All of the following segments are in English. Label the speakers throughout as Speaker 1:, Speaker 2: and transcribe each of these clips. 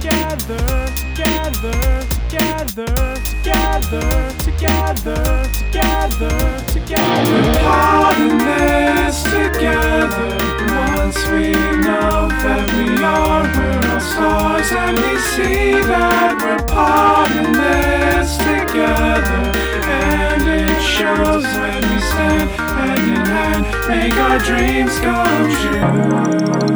Speaker 1: Gather, gather, gather, gather, together, together, together. We're parting this together. Once we know that we are, we're all stars, and we see that we're parting this together. And it shows when we stand hand in hand, make our dreams come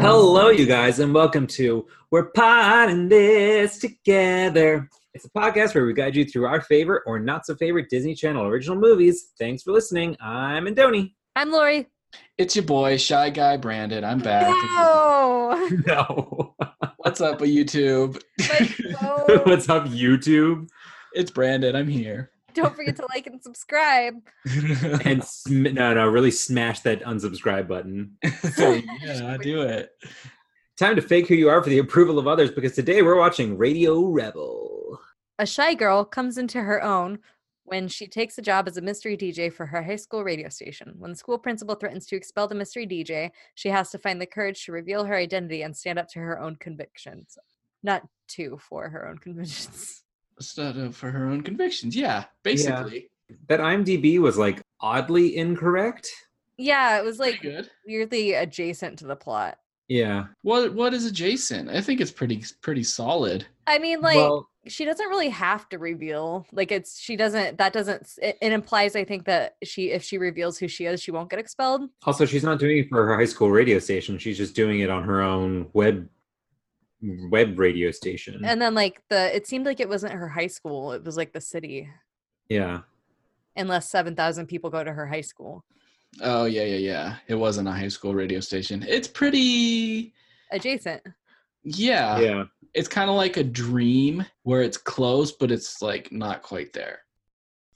Speaker 2: Hello, you guys, and welcome to We're Potting This Together. It's a podcast where we guide you through our favorite or not so favorite Disney Channel original movies. Thanks for listening. I'm Andoni.
Speaker 3: I'm Lori.
Speaker 4: It's your boy, Shy Guy Brandon. I'm back.
Speaker 3: No.
Speaker 2: No.
Speaker 4: What's up, YouTube?
Speaker 2: What's up, YouTube?
Speaker 4: It's Brandon. I'm here.
Speaker 3: Don't forget to like and subscribe.
Speaker 2: And sm- no, no, really smash that unsubscribe button.
Speaker 4: yeah, do it.
Speaker 2: Time to fake who you are for the approval of others because today we're watching Radio Rebel.
Speaker 3: A shy girl comes into her own when she takes a job as a mystery DJ for her high school radio station. When the school principal threatens to expel the mystery DJ, she has to find the courage to reveal her identity and stand up to her own convictions. Not to for her own convictions.
Speaker 4: Stood up for her own convictions. Yeah, basically.
Speaker 2: That IMDb was like oddly incorrect.
Speaker 3: Yeah, it was
Speaker 4: Pretty
Speaker 3: like
Speaker 4: good.
Speaker 3: weirdly adjacent to the plot.
Speaker 2: Yeah.
Speaker 4: What What is adjacent? I think it's pretty pretty solid.
Speaker 3: I mean, like
Speaker 2: well,
Speaker 3: she doesn't really have to reveal like it's she doesn't that doesn't s- it, it implies i think that she if she reveals who she is she won't get expelled
Speaker 2: Also, she's not doing it for her high school radio station. She's just doing it on her own web web radio station.
Speaker 4: Mm.
Speaker 3: and then like the it seemed like it wasn't her high school it was like the city
Speaker 2: yeah.
Speaker 3: unless 7000 people go to her high school
Speaker 4: Oh yeah, yeah, yeah. It wasn't a high school radio station. It's pretty.
Speaker 3: adjacent
Speaker 4: Yeah,
Speaker 2: yeah.
Speaker 4: it's kind of like a dream where it's close, but it's like not quite there.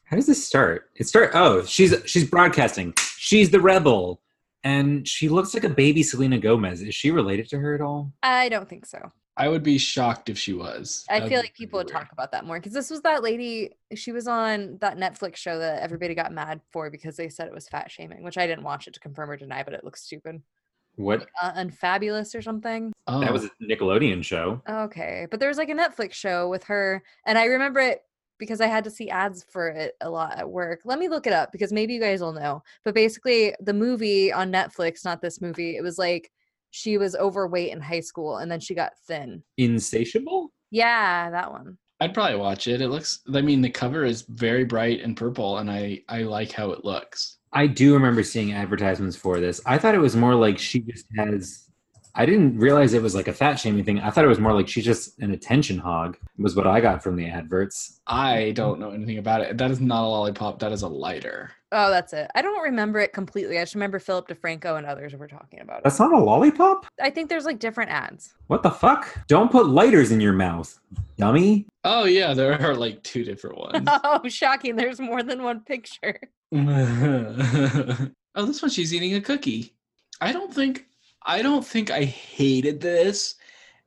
Speaker 2: How does this start? It start oh, she's she's broadcasting. She's the rebel. And she looks like a baby Selena Gomez. Is she related to her at all?
Speaker 3: i don't think so
Speaker 4: I would be shocked if she was.
Speaker 3: i
Speaker 4: That'd
Speaker 3: feel
Speaker 4: be
Speaker 3: like people would
Speaker 4: pretty weird.
Speaker 3: talk about that more because this was that lady she was on that netflix show that everybody got mad for because they said it was fat shaming which i didn't watch it to confirm or deny but it looks stupid
Speaker 2: What?
Speaker 3: uh, unfabulous or something
Speaker 4: Oh.
Speaker 2: That was a Nickelodeon show.
Speaker 3: Okay, but there was like a Netflix show with her, and I remember it because I had to see ads for it a lot at work. Let me look it up because maybe you guys will know. But basically, the movie on Netflix, not this movie, it was like she was overweight in high school and then she got thin.
Speaker 2: Insatiable?
Speaker 3: Yeah, that one.
Speaker 4: I'd probably watch it. It looks. I mean, the cover is very bright and purple, and I I like how it looks.
Speaker 2: I do remember seeing advertisements for this. I thought it was more like she just has. I didn't realize it was like a fat shaming thing. I thought it was more like she's just an attention hog, was what I got from the adverts.
Speaker 4: I don't know anything about it. That is not a lollipop. That is a lighter.
Speaker 3: Oh, that's it. I don't remember it completely. I just remember Philip DeFranco and others were talking about it.
Speaker 2: That's not a lollipop?
Speaker 3: I think there's like different ads.
Speaker 2: What the fuck? Don't put lighters in your mouth, dummy.
Speaker 4: Oh yeah, there are like two different ones.
Speaker 3: Oh, shocking. There's more than one picture.
Speaker 4: oh, this one she's eating a cookie. I don't think I don't think I hated this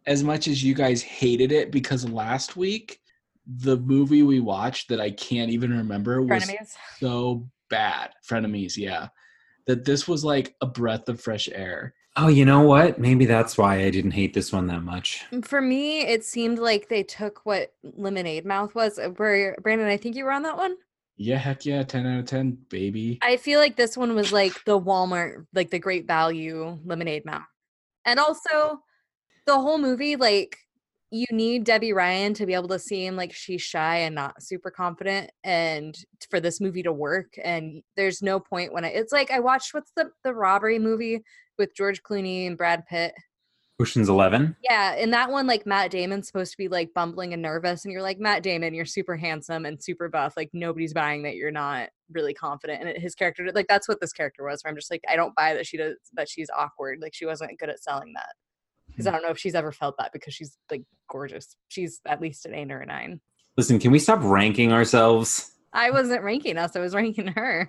Speaker 4: as much as you guys hated it because last week the movie we watched that I can't even remember was
Speaker 3: Frenemies.
Speaker 4: so bad. Frenemies, yeah. That this was like a breath of fresh air.
Speaker 2: Oh, you know what? Maybe that's why I didn't hate this one that much.
Speaker 3: For me, it seemed like they took what Lemonade Mouth was. uh, Where Brandon, I think you were on that one.
Speaker 4: Yeah, heck yeah, 10 out of 10, baby.
Speaker 3: I feel like this one was like the Walmart, like the Great Value Lemonade Mouth, and also the whole movie. Like you need Debbie Ryan to be able to seem like she's shy and not super confident, and t- for this movie to work. And there's no point when I. It's like I watched what's the the robbery movie with George Clooney and Brad Pitt.
Speaker 2: Ocean's Eleven.
Speaker 3: Yeah, in that one, like Matt Damon's supposed to be like bumbling and nervous, and you're like Matt Damon, you're super handsome and super buff. Like nobody's buying that you're not really confident. And it, his character, like that's what this character was. Where I'm just like, I don't buy that she does that. She's awkward. Like she wasn't good at selling that. Because I don't know if she's ever felt that because she's like gorgeous. She's at least an eight or a nine.
Speaker 2: Listen, can we stop ranking ourselves?
Speaker 3: I wasn't ranking us. I was ranking her.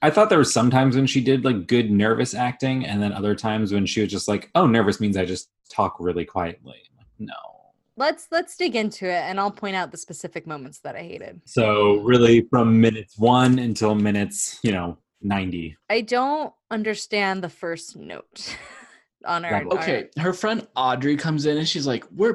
Speaker 2: I thought there were some times when she did like good nervous acting, and then other times when she was just like, "Oh, nervous means I just talk really quietly." I'm like, no.
Speaker 3: Let's let's dig into it, and I'll point out the specific moments that I hated.
Speaker 2: So really, from minutes one until minutes, you know, ninety.
Speaker 3: I don't understand the first note. on our
Speaker 2: Level.
Speaker 4: Okay, her friend Audrey comes in and she's like, "We're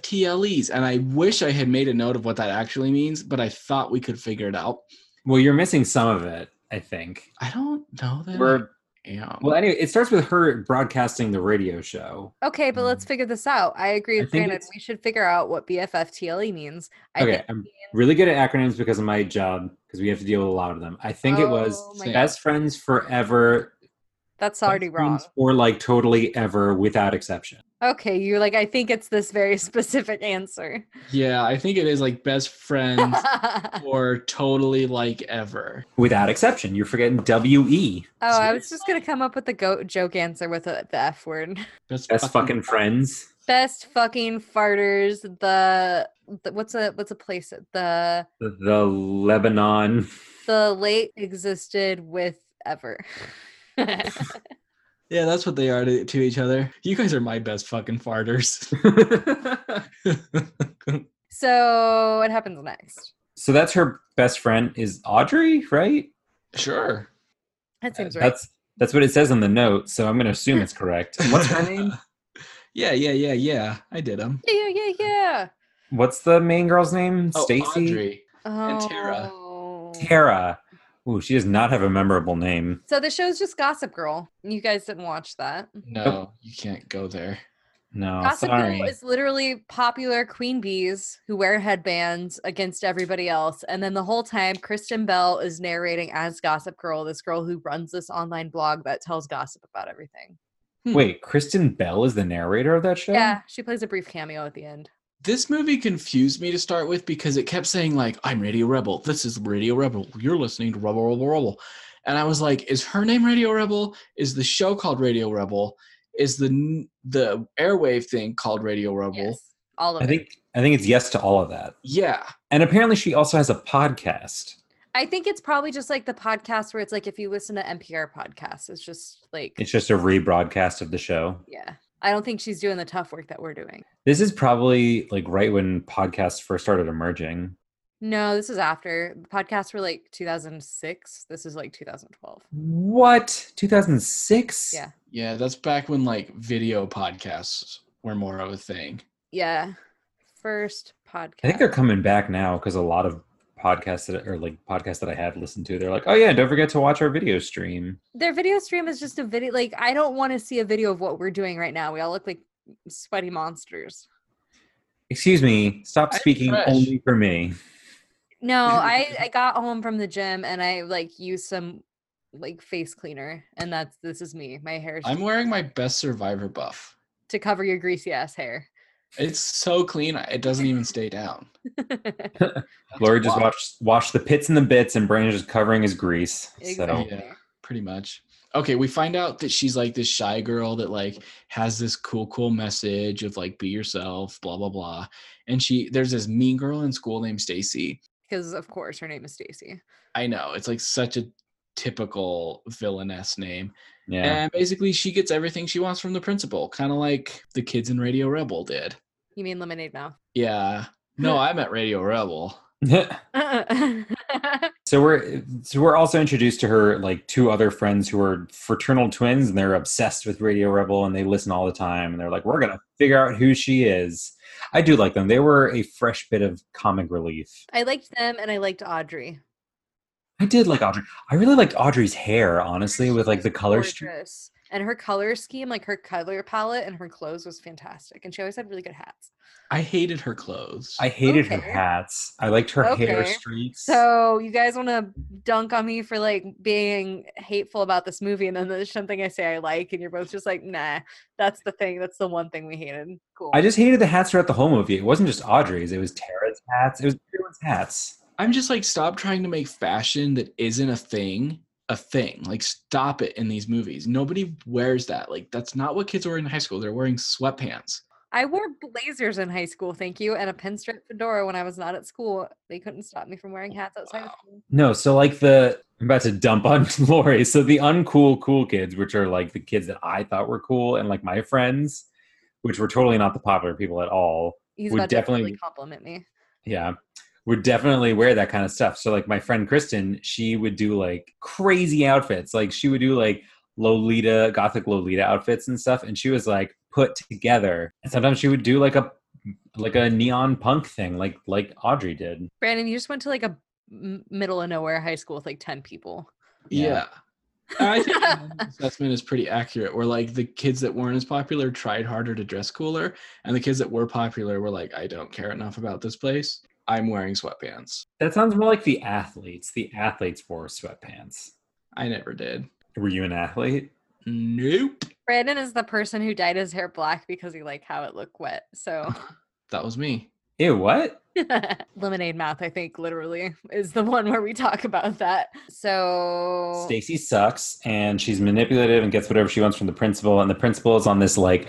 Speaker 4: BFFTLEs," and I wish I had made a note of what that actually means, but I thought we could figure it out.
Speaker 2: Well, you're missing some of it, I think.
Speaker 4: I don't know that.
Speaker 2: We're
Speaker 4: I am.
Speaker 2: well. Anyway, it starts with her broadcasting the radio show.
Speaker 3: Okay, but let's figure this out. I agree
Speaker 2: Um, I
Speaker 3: with
Speaker 2: think
Speaker 3: Brandon.
Speaker 2: it's-
Speaker 3: We should figure out what BFFTLE E means. I
Speaker 2: Okay,
Speaker 3: think
Speaker 2: I'm really good at acronyms because of my job because we have to deal with a lot of them. I think it
Speaker 3: Oh
Speaker 2: was
Speaker 3: my
Speaker 2: best friends forever.
Speaker 3: that's already
Speaker 2: best
Speaker 3: wrong.
Speaker 2: friends Or like totally ever without exception.
Speaker 3: Okay, you're like, I think it's this very specific answer.
Speaker 4: yeah, I think it is like best friends
Speaker 3: oh,
Speaker 4: or totally like ever.
Speaker 2: Without exception, you're forgetting W E.
Speaker 3: Oh, I was just gonna come up with the goat joke answer with uh the F word.
Speaker 4: Best,
Speaker 2: Best fucking friends.
Speaker 3: Best fucking farters. The, the what's a what's a place? The
Speaker 2: The, the Lebanon.
Speaker 3: the late existed with ever.
Speaker 4: Yeah, that's what they are to, to each other. You guys are my best fucking farters.
Speaker 3: so what happens next?
Speaker 2: so that's her best friend is Audrey, right?
Speaker 4: sure.
Speaker 3: That seems right.
Speaker 2: That's that's what it says on the note, so I'm going to assume it's correct. What's her name?
Speaker 4: Yeah, yeah, yeah, yeah. I did them.
Speaker 3: Yeah, yeah, yeah.
Speaker 2: What's the main girl's name?
Speaker 4: Oh,
Speaker 2: Stacy.
Speaker 3: Oh.
Speaker 4: Tara.
Speaker 2: Tara. Ooh, she does not have a memorable name.
Speaker 3: So the show's just Gossip Girl. You guys didn't watch that.
Speaker 4: No, you can't go there.
Speaker 2: No,
Speaker 3: Gossip
Speaker 2: Oh, sorry.
Speaker 3: Girl is literally popular queen bees who wear headbands against everybody else. And then the whole time, Kristen Bell is narrating as Gossip Girl, this girl who runs this online blog that tells gossip about everything.
Speaker 2: Wait, Kristen Bell is the narrator of that show?
Speaker 3: Hmm. Yeah, she plays a brief cameo at the end.
Speaker 4: This movie confused me to start with because it kept saying like, "I'm Radio Rebel. This is Radio Rebel. You're listening to Rebel Rebel Rebel," and I was like, "Is her name Radio Rebel? Is the show called Radio Rebel? Is the n- the airwave thing called Radio Rebel?"
Speaker 3: Yes, all of
Speaker 2: I
Speaker 3: it.
Speaker 2: think I think it's yes to all of that.
Speaker 4: Yeah,
Speaker 2: And apparently she also has a podcast.
Speaker 3: I think it's probably just like the podcast where it's like if you listen to NPR podcasts, it's just like,
Speaker 2: It's just a rebroadcast of the show.
Speaker 3: yeah. I don't think she's doing the tough work that we're doing.
Speaker 2: This is probably like right when podcasts first started emerging.
Speaker 3: No, this is after the podcasts were like 2006. This is like 2012.
Speaker 2: What? 2006?
Speaker 3: Yeah.
Speaker 4: yeah. That's back when like video podcasts were more of a thing.
Speaker 3: Yeah. First podcast.
Speaker 2: I think they're coming back now because a lot of podcasts that or like podcasts that I have listened to, they're like, oh yeah, don't forget to watch our video stream.
Speaker 3: Their video stream is just a video. Like, I don't want to see a video of what we're doing right now. We all look like sweaty monsters.
Speaker 2: Excuse me, stop
Speaker 4: I'm
Speaker 2: speaking
Speaker 4: fresh.
Speaker 2: only for me.
Speaker 3: No, I, I got home from the gym and I like used some like face cleaner. And that's this is me. My hair is
Speaker 4: I'm
Speaker 3: just
Speaker 4: wearing my best Survivor buff.
Speaker 3: to cover your greasy ass hair.
Speaker 4: It's so clean, it doesn't even stay down. That's
Speaker 2: Lori just
Speaker 4: wild.
Speaker 2: watched washed the pits and the bits and Brandon's just covering his grease. So
Speaker 3: exactly.
Speaker 4: pretty much okay we find out that she's like this shy girl that like has this cool cool message of like be yourself blah blah blah and she there's this mean girl in school named stacy
Speaker 3: Because of course her name is Stacy.
Speaker 4: i know it's like such a typical villainess name
Speaker 2: yeah.
Speaker 4: and basically she gets everything she wants from the principal kind of like the kids in radio rebel did
Speaker 3: You mean lemonade mouth?
Speaker 4: yeah no i'm at radio rebel
Speaker 2: so we're so we're also introduced to her like two other friends who are fraternal twins and they're obsessed with Radio Rebel and they listen all the time and they're like, We're gonna figure out who she is. I do like them. They were a fresh bit of comic relief.
Speaker 3: I liked them and I liked Audrey.
Speaker 2: I did like Audrey. I really liked Audrey's hair, honestly, with like the color
Speaker 3: gorgeous.
Speaker 2: streak.
Speaker 3: And her color scheme, like her color palette and her clothes was fantastic. And she always had really good hats.
Speaker 4: i hated her clothes
Speaker 2: I hated her
Speaker 3: Okay.
Speaker 2: hats. I liked her hair
Speaker 3: Okay.
Speaker 2: streaks.
Speaker 3: So you guys want to dunk on me for like being hateful about this movie, and then there's something I say I like, and you're both just like, nah, that's the thing. That's the one thing we hated. Cool.
Speaker 2: I just hated the hats throughout the whole movie. It wasn't just Audrey's, it was Tara's hats. It was everyone's hats.
Speaker 4: I'm just like, stop trying to make fashion that isn't a thing a thing. Like, stop it in these movies. Nobody wears that. Like, that's not what kids wear in high school. They're wearing sweatpants.
Speaker 3: I wore blazers in high school, thank you, and a pinstripe fedora when I was not at school. They couldn't stop me from wearing
Speaker 2: Oh,
Speaker 3: hats outside. Of
Speaker 4: Wow.
Speaker 3: school.
Speaker 2: No, so like the I'm about to dump on Lori. So the uncool cool kids, which are like the kids that I thought were cool and like my friends, which were totally not the popular people at all.
Speaker 3: He's
Speaker 2: Would
Speaker 3: about to
Speaker 2: definitely-
Speaker 3: really compliment me.
Speaker 2: Yeah. Would definitely wear that kind of stuff. So like my friend Kristen, she would do like crazy outfits. Like she would do like Lolita, gothic Lolita outfits and stuff, and she was like put together. And sometimes she would do like a like a neon punk thing, like like Audrey did.
Speaker 3: Brandon, you just went to like a m- middle of nowhere high school with like 10 people.
Speaker 4: Yeah. I think that assessment is pretty accurate. Where like the kids that weren't as popular tried harder to dress cooler, and the kids that were popular were like, I don't care enough about this place. I'm wearing sweatpants.
Speaker 2: That sounds more like the athletes. The athletes wore sweatpants.
Speaker 4: I never did.
Speaker 2: Were you an athlete?
Speaker 4: Nope.
Speaker 3: Brandon is the person who dyed his hair black because he liked how it looked wet. So
Speaker 4: That was me.
Speaker 2: Ew, what?
Speaker 3: lemonade mouth, I think literally is the one where we talk about that. So
Speaker 2: Stacy sucks and she's manipulative and gets whatever she wants from the principal. And the principal is on this like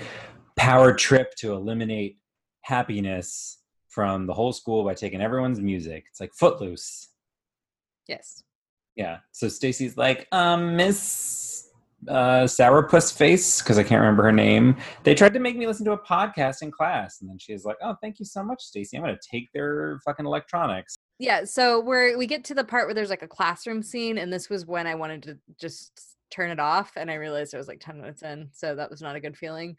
Speaker 2: power trip to eliminate happiness from the whole school by taking everyone's music. It's like footloose.
Speaker 3: yes.
Speaker 2: Yeah. So Stacy's like, um, Miss uh, Sourpuss Face, because I can't remember her name. They tried to make me listen to a podcast in class. And then she's like, oh, thank you so much, Stacy. I'm going to take their fucking electronics.
Speaker 3: Yeah. So we're we get to the part where there's like a classroom scene, and this was when I wanted to just turn it off, and I realized it was like 10 minutes in. So that was not a good feeling.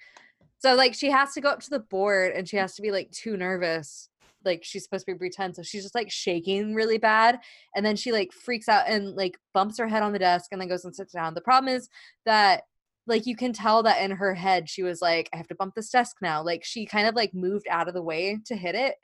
Speaker 3: So like she has to go up to the board and she has to be like too nervous. Like she's supposed to be pretend. So she's just like shaking really bad. And then she like freaks out and like bumps her head on the desk and then goes and sits down. The problem is that like you can tell that in her head she was like, I have to bump this desk now. Like she kind of like moved out of the way to hit it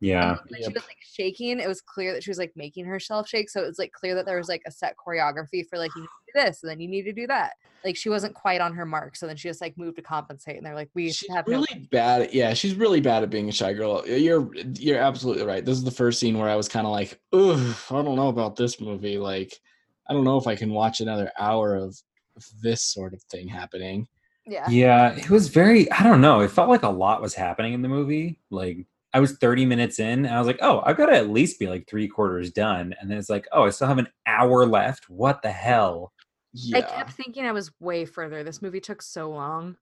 Speaker 2: Yeah.
Speaker 3: and when she was like shaking, it was clear that she was like making herself shake. So it was like clear that there was like a set choreography for like you need to do this and then you need to do that. Like she wasn't quite on her mark. So then she just like moved to compensate and they're like, We
Speaker 4: She's
Speaker 3: have
Speaker 4: really
Speaker 3: no
Speaker 4: bad. At, yeah, she's really bad at being a shy girl. You're you're absolutely right. This is the first scene where I was kind of like, Ugh, I don't know about this movie. Like, I don't know if I can watch another hour of of this sort of thing happening.
Speaker 3: Yeah.
Speaker 2: Yeah, it was very, I don't know. It felt like a lot was happening in the movie. Like, I was 30 minutes in and I was like, oh, I've got to at least be like three quarters done. And then it's like, oh, I still have an hour left. What the hell?
Speaker 4: Yeah.
Speaker 3: I kept thinking I was way further. This movie took so long.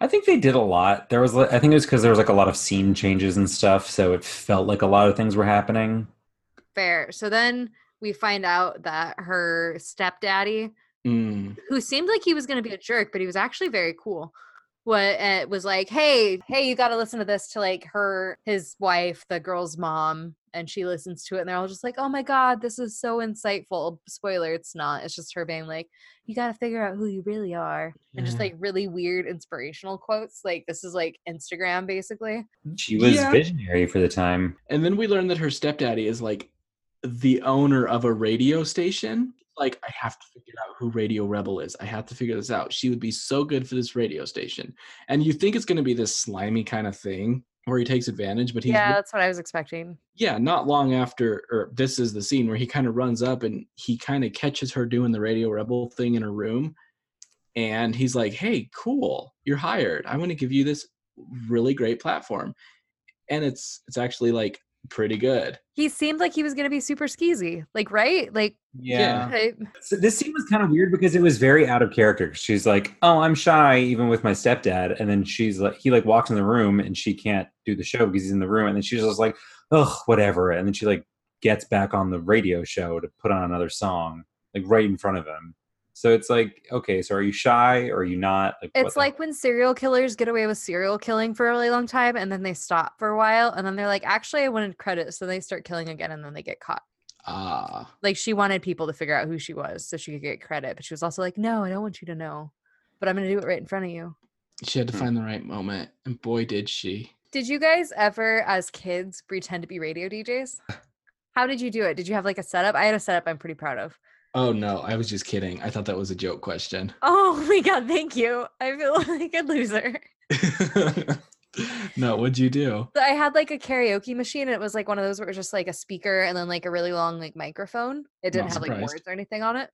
Speaker 2: I think they did a lot. There was, like- I think it was because there was like a lot of scene changes and stuff. So it felt like a lot of things were happening.
Speaker 3: Fair. So then we find out that her stepdaddy,
Speaker 4: Mm.
Speaker 3: who seemed like he was going to be a jerk, but he was actually very cool. What uh, was like, hey, hey, you got to listen to this to like her, his wife, the girl's mom, and she listens to it, and they're all just like, oh my god, this is so insightful. Spoiler, it's not. It's just her being like, you got to figure out who you really are, and just
Speaker 4: Yeah.
Speaker 3: like really weird inspirational quotes. Like this is like Instagram basically.
Speaker 2: She was
Speaker 4: Yeah.
Speaker 2: visionary for the time.
Speaker 4: And then we learn that her stepdaddy is like the owner of a radio station. Like, I have to figure out who Radio Rebel is. I have to figure this out. She would be so good for this radio station. And you think it's going to be this slimy kind of thing where he takes advantage, but he's
Speaker 3: yeah, that's what I was expecting.
Speaker 4: yeah, not long after, or this is the scene where he kind of runs up and he kind of catches her doing the Radio Rebel thing in her room. And he's like, hey, cool, you're hired. I want to give you this really great platform. And it's it's actually like pretty good.
Speaker 3: He seemed like he was gonna be super skeezy, like right, like
Speaker 4: Yeah.
Speaker 3: okay,
Speaker 2: So this scene was kind of weird because it was very out of character. She's like, "Oh, I'm shy, even with my stepdad," and then she's like, he like walks in the room and she can't do the show because he's in the room, and then she's just like, "Ugh, whatever," and then she like gets back on the radio show to put on another song like right in front of him. So it's like, okay, so are you shy or are you not? what
Speaker 3: It's
Speaker 2: the-
Speaker 3: like when serial killers get away with serial killing for a really long time and then they stop for a while and then they're like, actually, I wanted credit. So they start killing again and then they get caught.
Speaker 4: Ah.
Speaker 3: Like she wanted people to figure out who she was so she could get credit. But she was also like, no, I don't want you to know, but I'm going to do it right in front of you.
Speaker 4: She had to
Speaker 2: Hmm.
Speaker 4: find the right moment, and boy, did she!
Speaker 3: Did you guys ever, as kids, pretend to be radio DJs? How did you do it? Did you have like a setup? I had a setup I'm pretty proud of.
Speaker 4: Oh no, I was just kidding. I thought that was a joke question.
Speaker 3: Oh my God, thank you. I feel like a loser.
Speaker 4: no, what'd you do?
Speaker 3: So I had like a karaoke machine, and it was like one of those where it was just like a speaker and then like a really long like microphone. It didn't
Speaker 4: Not
Speaker 3: have like
Speaker 4: surprised.
Speaker 3: words or anything on it.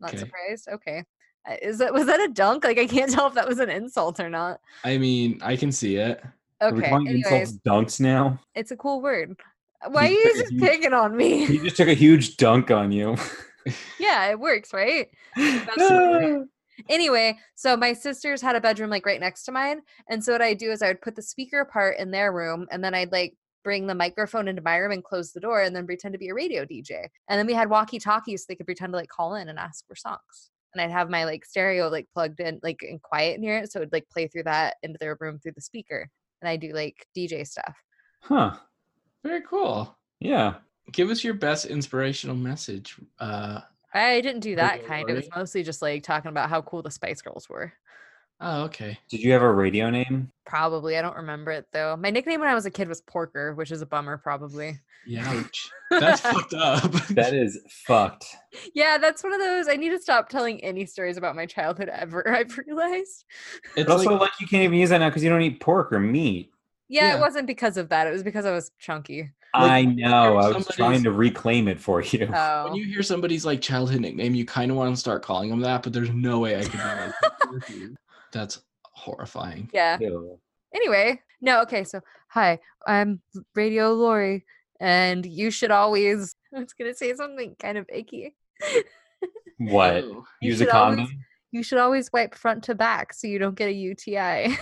Speaker 3: Not
Speaker 4: Okay.
Speaker 3: surprised. Okay, Uh, is that was that a dunk? Like I can't tell if that was an insult or not.
Speaker 4: I mean, I can see it.
Speaker 2: are we
Speaker 3: Okay.
Speaker 2: calling
Speaker 3: Anyways,
Speaker 2: insults dunks now?
Speaker 3: it's a cool word. Uh, Why are you
Speaker 2: took a
Speaker 3: just
Speaker 2: huge-
Speaker 3: picking on me?
Speaker 2: He just took a huge dunk on you.
Speaker 3: yeah, it works, right?
Speaker 2: Ah.
Speaker 3: Anyway, so my sisters had a bedroom like right next to mine. And so what I'd do is I would put the speaker part in their room and then I'd like bring the microphone into my room and close the door and then pretend to be a radio DJ. And then we had walkie talkies so they could pretend to like call in and ask for songs. and I'd have my like stereo like plugged in like in quiet near it, so it would like play through that into their room through the speaker, and I do like DJ stuff.
Speaker 2: Huh.
Speaker 4: Very cool.
Speaker 2: Yeah.
Speaker 4: Give us your best inspirational message. Uh,
Speaker 3: I didn't do that
Speaker 4: you
Speaker 3: kind. It was
Speaker 4: alright?
Speaker 3: mostly just like talking about how cool the Spice Girls were.
Speaker 4: oh, okay.
Speaker 2: Did you have a radio name?
Speaker 3: Probably. I don't remember it though. My nickname when I was a kid was Porker, which is a bummer, probably.
Speaker 4: Yeah, ouch. that's fucked up.
Speaker 2: That is fucked.
Speaker 3: Yeah, that's one of those. I need to stop telling any stories about my childhood ever, I've realized.
Speaker 4: it's
Speaker 2: But also,
Speaker 4: like,
Speaker 2: like, you can't even use that now because you don't eat pork or meat.
Speaker 3: Yeah,
Speaker 4: Yeah.
Speaker 3: it wasn't because of that. It was because I was chunky.
Speaker 4: Like,
Speaker 2: I know. I was
Speaker 4: somebody's-
Speaker 2: trying to reclaim it for you.
Speaker 3: Oh.
Speaker 4: when you hear somebody's like childhood nickname, you kind of want to start calling them that, but there's no way I could. Be like, "Fuck you." that's horrifying.
Speaker 3: yeah.
Speaker 2: Ew.
Speaker 3: Anyway, no, okay. So, hi, I'm Radio Lori, and you should always. I was going to say something kind of icky.
Speaker 2: What?
Speaker 4: Ew.
Speaker 3: You
Speaker 2: Use a
Speaker 3: should always-
Speaker 2: condom.
Speaker 3: You should always wipe front to back so you don't get a UTI.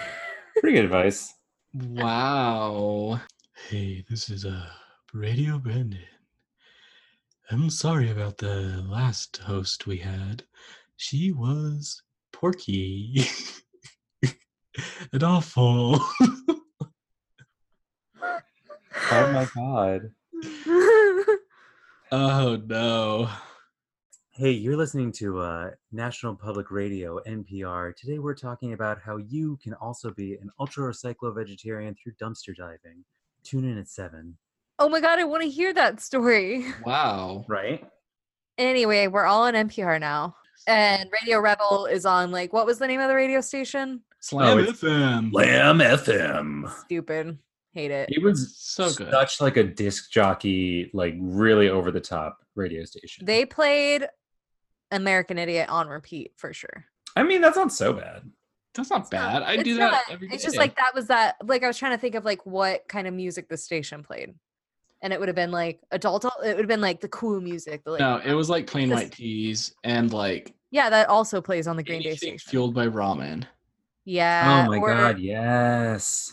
Speaker 2: Pretty good advice.
Speaker 4: Wow. Hey, this is uh Radio Brandon. I'm sorry about the last host we had. She was porky and awful.
Speaker 2: Oh my god.
Speaker 4: oh no.
Speaker 2: Hey, you're listening to uh, National Public Radio, NPR. Today we're talking about how you can also be an ultra cyclo vegetarian through dumpster diving. Tune in at 7.
Speaker 3: oh my God, I want to hear that story.
Speaker 4: Wow.
Speaker 2: Right?
Speaker 3: Anyway, we're all on NPR now. And Radio Rebel is on like what was the name of the radio station?
Speaker 4: Slam
Speaker 2: Oh, it's-
Speaker 4: FM.
Speaker 2: Lamb FM.
Speaker 3: Stupid. Hate it.
Speaker 2: It was
Speaker 4: So good.
Speaker 2: such like a disc jockey, like really over the top radio station.
Speaker 3: They played American Idiot on repeat for sure.
Speaker 2: I mean, that's not so bad.
Speaker 4: That's not
Speaker 3: It's not-
Speaker 4: bad. I
Speaker 3: it's
Speaker 4: do that
Speaker 3: not-
Speaker 4: every day.
Speaker 3: It's just like that was that like I was trying to think of like what kind of music the station played. And it would have been like adult it would have been like the cool music, the like
Speaker 4: no, it was like plain
Speaker 3: just-
Speaker 4: white teas and like
Speaker 3: yeah, that also plays on the Green Day
Speaker 4: anything
Speaker 3: station.
Speaker 4: fueled by ramen.
Speaker 3: Yeah.
Speaker 2: oh my
Speaker 3: or-
Speaker 2: god, yes.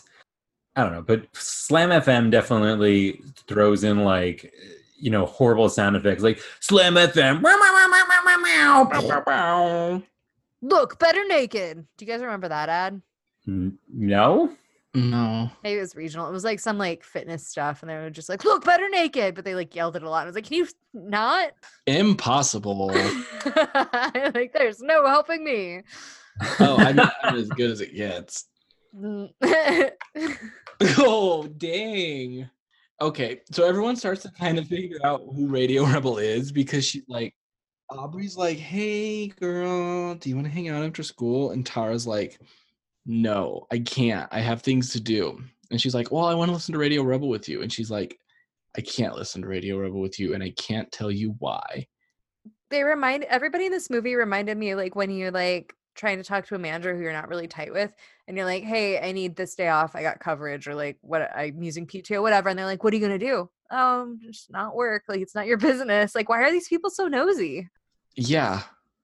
Speaker 2: I don't know, but Slam FM definitely throws in like you know horrible sound effects like Slam FM. meow, meow, meow, meow, meow, meow, meow, meow.
Speaker 3: Look, better naked. Do you guys remember that ad?
Speaker 2: N- No,
Speaker 4: No.
Speaker 3: Maybe it was regional. It was like some like fitness stuff, and they were just like, "Look better naked," but they like yelled it a lot. I was like, "Can you not?"
Speaker 4: Impossible.
Speaker 3: like, there's no helping me.
Speaker 4: oh, I'm, not- I'm as good as it gets.
Speaker 3: Mm.
Speaker 4: Oh, dang. Okay, so everyone starts to kind of figure out who Radio Rebel is because she's like, Aubrey's like, hey, girl, do you want to hang out after school? And Tara's like, no, I can't. I have things to do. And she's like, well, I want to listen to Radio Rebel with you. And she's like, I can't listen to Radio Rebel with you, and I can't tell you why.
Speaker 3: they remind everybody in this movie reminded me like when you're like trying to talk to a manager who you're not really tight with, and you're like, "Hey, I need this day off. I got coverage," or like, "What I'm using PTO, whatever," and they're like, "What are you gonna do?" Um, just not work. Like, it's not your business. Like, why are these people so nosy?
Speaker 4: Yeah.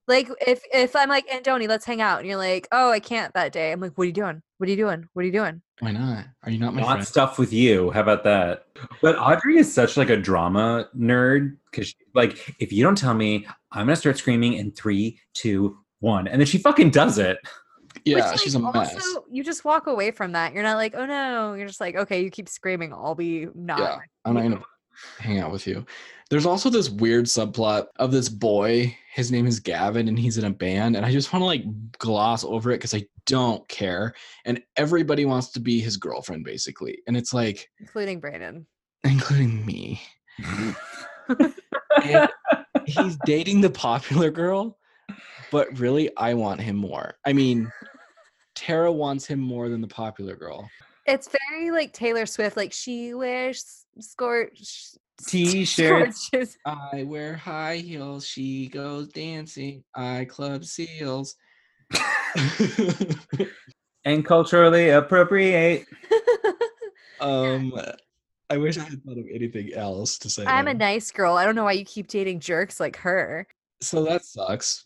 Speaker 3: Like if if I'm like Andoni, let's hang out, and you're like, oh, I can't that day. I'm like, what are you doing? What are you doing? What are you doing?
Speaker 4: Why not? Are you not my
Speaker 2: not
Speaker 4: friend?
Speaker 2: stuff with you. How about that? But Audrey is such like a drama nerd because she's like, if you don't tell me, I'm gonna start screaming in three, two, one, and then she fucking does it.
Speaker 3: Which,
Speaker 4: Yeah,
Speaker 3: like,
Speaker 4: she's a mess.
Speaker 3: Also, you just walk away from that. You're not like, oh no. You're just like, okay, you keep screaming. I'll be not.
Speaker 4: Yeah, I'm not gonna hang out with you. There's also this weird subplot of this boy. His name is Gavin, and he's in a band. And I just want to like gloss over it because I don't care. And everybody wants to be his girlfriend, basically. And it's like,
Speaker 3: including Brandon.
Speaker 4: including me. And he's dating the popular girl, but really, I want him more. I mean, Tara wants him more than the popular girl.
Speaker 3: It's very like Taylor Swift. Like she wears scorch
Speaker 2: T-shirts.
Speaker 3: scorches.
Speaker 4: I wear high heels. She goes dancing. I club seals.
Speaker 2: and culturally appropriate.
Speaker 4: um, I wish I had thought of anything else to say.
Speaker 3: I'm a
Speaker 4: there.
Speaker 3: nice girl. I don't know why you keep dating jerks like her.
Speaker 4: so that sucks.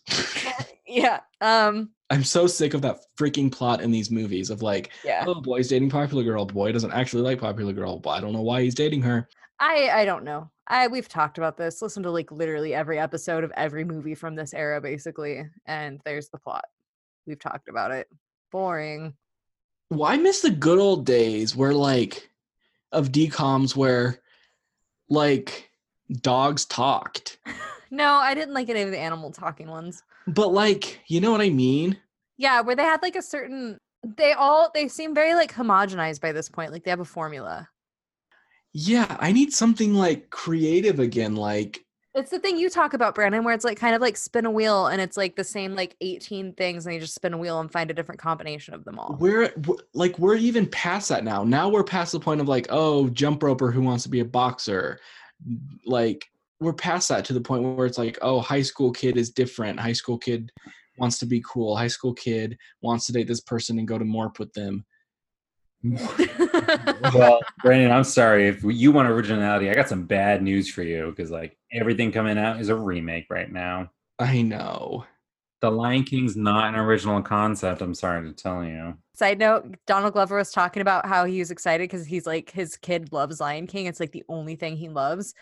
Speaker 3: Yeah. Um.
Speaker 4: I'm so sick of that freaking plot in these movies of like,
Speaker 3: Yeah.
Speaker 4: oh, boy's dating popular girl. Boy doesn't actually like popular girl. But I don't know why he's dating her.
Speaker 3: I I don't know. I we've talked about this. Listen to like literally every episode of every movie from this era, basically, and there's the plot. We've talked about it. Boring.
Speaker 4: Well, I miss the good old days where like of DComs where like dogs talked.
Speaker 3: No, I didn't like any of the animal talking ones.
Speaker 4: But like, you know what I mean?
Speaker 3: Yeah, where they had like a certain they all they seem very like homogenized by this point. Like they have a formula.
Speaker 4: Yeah, I need something like creative again, like
Speaker 3: It's the thing you talk about, Brandon, where it's like kind of like spin a wheel and it's like the same like 18 things and you just spin a wheel and find a different combination of them all.
Speaker 4: we're w- like we're even past that now. Now we're past the point of like, oh, jump roper who wants to be a boxer. Like we're past that to the point where it's like, oh, high school kid is different. High school kid wants to be cool. High school kid wants to date this person and go to Morp with them.
Speaker 2: well, Brandon, I'm sorry if you want originality. I got some bad news for you because like everything coming out is a remake right now.
Speaker 4: I know.
Speaker 2: The Lion King's not an original concept. I'm sorry to tell you.
Speaker 3: Side note, Donald Glover was talking about how he was excited because he's like his kid loves Lion King. It's like the only thing he loves.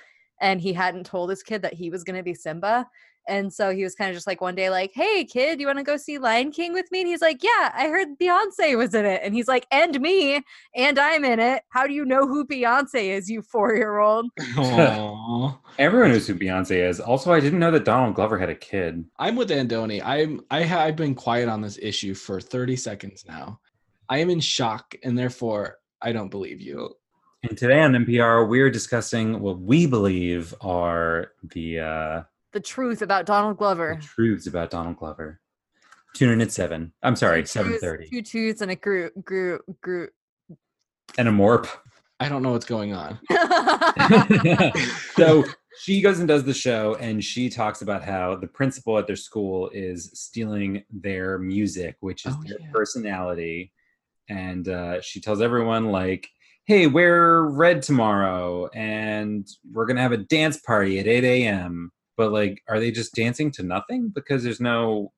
Speaker 3: And he hadn't told his kid that he was gonna be Simba. And so he was kind of just like one day, like, hey kid, you wanna go see Lion King with me? And he's like, Yeah, I heard Beyonce was in it. And he's like, and me, and I'm in it. How do you know who Beyonce is, you four year old?
Speaker 4: Aww.
Speaker 2: Everyone knows who Beyonce is. Also, I didn't know that Donald Glover had a kid.
Speaker 4: I'm with Andoni. I'm I have I've been quiet on this issue for 30 seconds now. I am in shock and therefore I don't believe you.
Speaker 2: And today on NPR, we're discussing what we believe are the uh,
Speaker 3: The truth about Donald Glover.
Speaker 2: truths about Donald Glover. Tune in at seven. I'm sorry,
Speaker 3: Two twos-
Speaker 2: seven thirty.
Speaker 3: Two twos and a group, group, group.
Speaker 2: And a morp.
Speaker 4: I don't know what's going on.
Speaker 2: so she goes and does the show and she talks about how the principal at their school is stealing their music which is
Speaker 4: Oh,
Speaker 2: their
Speaker 4: yeah.
Speaker 2: personality and uh, she tells everyone like hey wear red tomorrow and we're gonna have a dance party at 8 a.m but like are they just dancing to nothing because there's no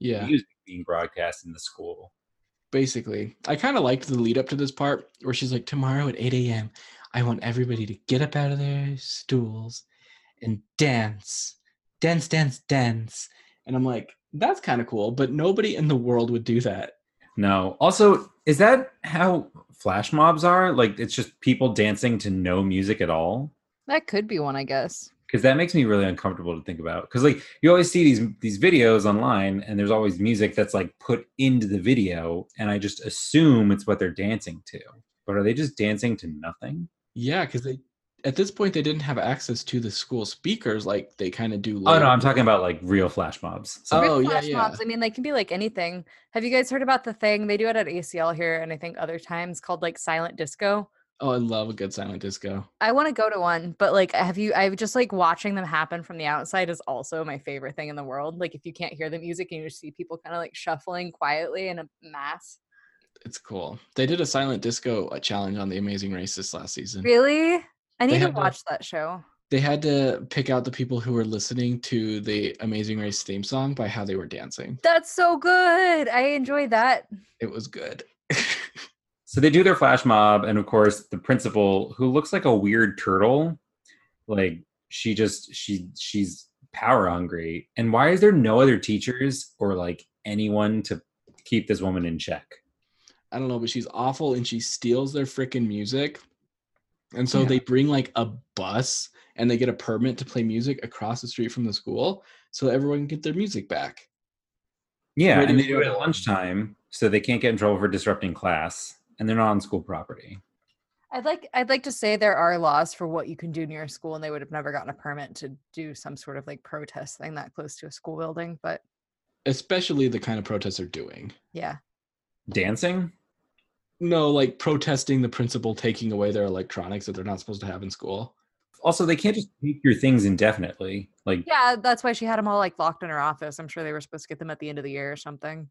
Speaker 4: Yeah.
Speaker 2: music being broadcast in the school
Speaker 4: basically. I kind of liked the lead up to this part where she's like, Tomorrow at 8 a.m., I want everybody to get up out of their stools and dance, dance, dance, dance. And I'm like, That's kind of cool, but nobody in the world would do that.
Speaker 2: no also is that how flash mobs are like it's just people dancing to no music at all
Speaker 3: that could be one, I guess.
Speaker 2: because that makes me really uncomfortable to think about. Because like you always see these these videos online, and there's always music that's like put into the video, and I just assume it's what they're dancing to. But are they just dancing to nothing?
Speaker 4: Yeah, because they, at this point, they didn't have access to the school speakers like they kind of do.
Speaker 2: Oh no,
Speaker 4: later.
Speaker 2: I'm talking about like real flash mobs. So
Speaker 4: Oh,
Speaker 3: Rip
Speaker 4: yeah,
Speaker 3: flash mobs,
Speaker 4: yeah.
Speaker 3: I mean, they can be like anything. Have you guys heard about the thing they do it at ACL here, and I think other times called like silent disco?
Speaker 4: Oh, I love a good silent disco.
Speaker 3: I want to go to one, but like, have you? I've just like watching them happen from the outside is also my favorite thing in the world. Like, if you can't hear the music and you just see people kind of like shuffling quietly in a mass.
Speaker 4: It's cool. They did a silent disco uh, challenge on The Amazing Race this last season.
Speaker 3: Really, I need to
Speaker 4: Mm. have a-
Speaker 3: watch that show.
Speaker 4: They had to pick out the people who were listening to the Amazing Race theme song by how they were dancing.
Speaker 3: That's so good. I enjoy that.
Speaker 4: It was good.
Speaker 2: so they do their flash mob, and of course the principal, who looks like a weird turtle, like she just she she's power hungry. And why is there no other teachers or like anyone to keep this woman in check?
Speaker 4: I don't know, but she's awful and she steals their freaking music. And so
Speaker 2: Yeah.
Speaker 4: they bring like a bus and they get a permit to play music across the street from the school so everyone can get their music back.
Speaker 2: Yeah,
Speaker 4: Radio
Speaker 2: and they do it
Speaker 4: Shack.
Speaker 2: at lunchtime, so they can't get in trouble for disrupting class, and they're not on school property.
Speaker 3: I'd like I'd like to say there are laws for what you can do near a school, and they would have never gotten a permit to do some sort of like protest thing that close to a school building. But
Speaker 4: Especially the kind of protests they're doing.
Speaker 3: yeah,
Speaker 2: Dancing?
Speaker 4: No, like protesting the principal taking away their electronics that they're not supposed to have in school.
Speaker 2: Also, they can't just take your things indefinitely. Like,
Speaker 3: yeah, that's why she had them all like locked in her office. I'm sure they were supposed to get them at the end of the year or something.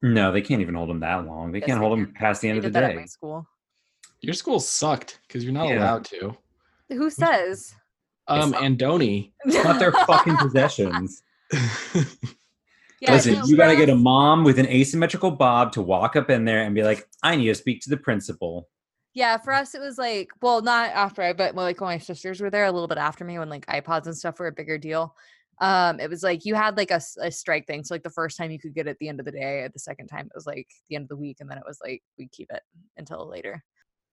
Speaker 2: no, they can't even hold them that long. They
Speaker 3: Yes,
Speaker 2: can't
Speaker 3: they
Speaker 2: hold them
Speaker 3: can.
Speaker 2: past the
Speaker 3: They
Speaker 2: end
Speaker 3: did
Speaker 2: of the
Speaker 3: that at my
Speaker 2: day.
Speaker 3: school.
Speaker 4: Your school sucked because you're not
Speaker 2: Yeah.
Speaker 4: allowed to.
Speaker 3: Who says?
Speaker 4: Um,
Speaker 2: not-
Speaker 4: Andoni.
Speaker 2: It's not their fucking possessions.
Speaker 3: Yeah,
Speaker 2: Listen,
Speaker 3: no,
Speaker 2: you got to
Speaker 3: girls-
Speaker 2: get a mom with an asymmetrical bob to walk up in there and be like, I need to speak to the principal.
Speaker 3: yeah, for us it was like, well, not after I, but like when my sisters were there a little bit after me when like iPods and stuff were a bigger deal. Um, it was like you had like a, s- a strike thing. So like the first time you could get it at the end of the day, the second time it was like the end of the week, and then it was like we keep it until later.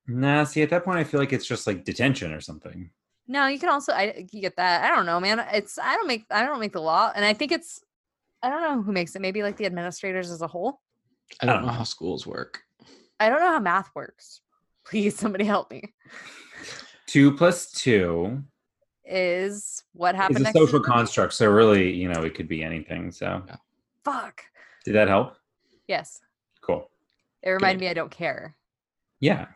Speaker 2: Nah, see, at that point, I feel like it's just like detention or something.
Speaker 3: No, you can also I you get that. I don't know, man. It's I don't make I don't make the law, and I think it's I don't know who makes it. Maybe like the administrators as a whole.
Speaker 4: I
Speaker 2: Oh.
Speaker 4: don't know how schools work.
Speaker 3: I don't know how math works. Please, somebody help me.
Speaker 2: Two plus two
Speaker 3: Is what happened?
Speaker 2: is a
Speaker 3: next to
Speaker 2: social
Speaker 3: the-
Speaker 2: construct, so really, you know, it could be anything. So,
Speaker 3: Fuck.
Speaker 2: did that help?
Speaker 3: Yes,
Speaker 2: Cool.
Speaker 3: it reminded
Speaker 4: Good.
Speaker 3: me. I don't care.
Speaker 2: Yeah.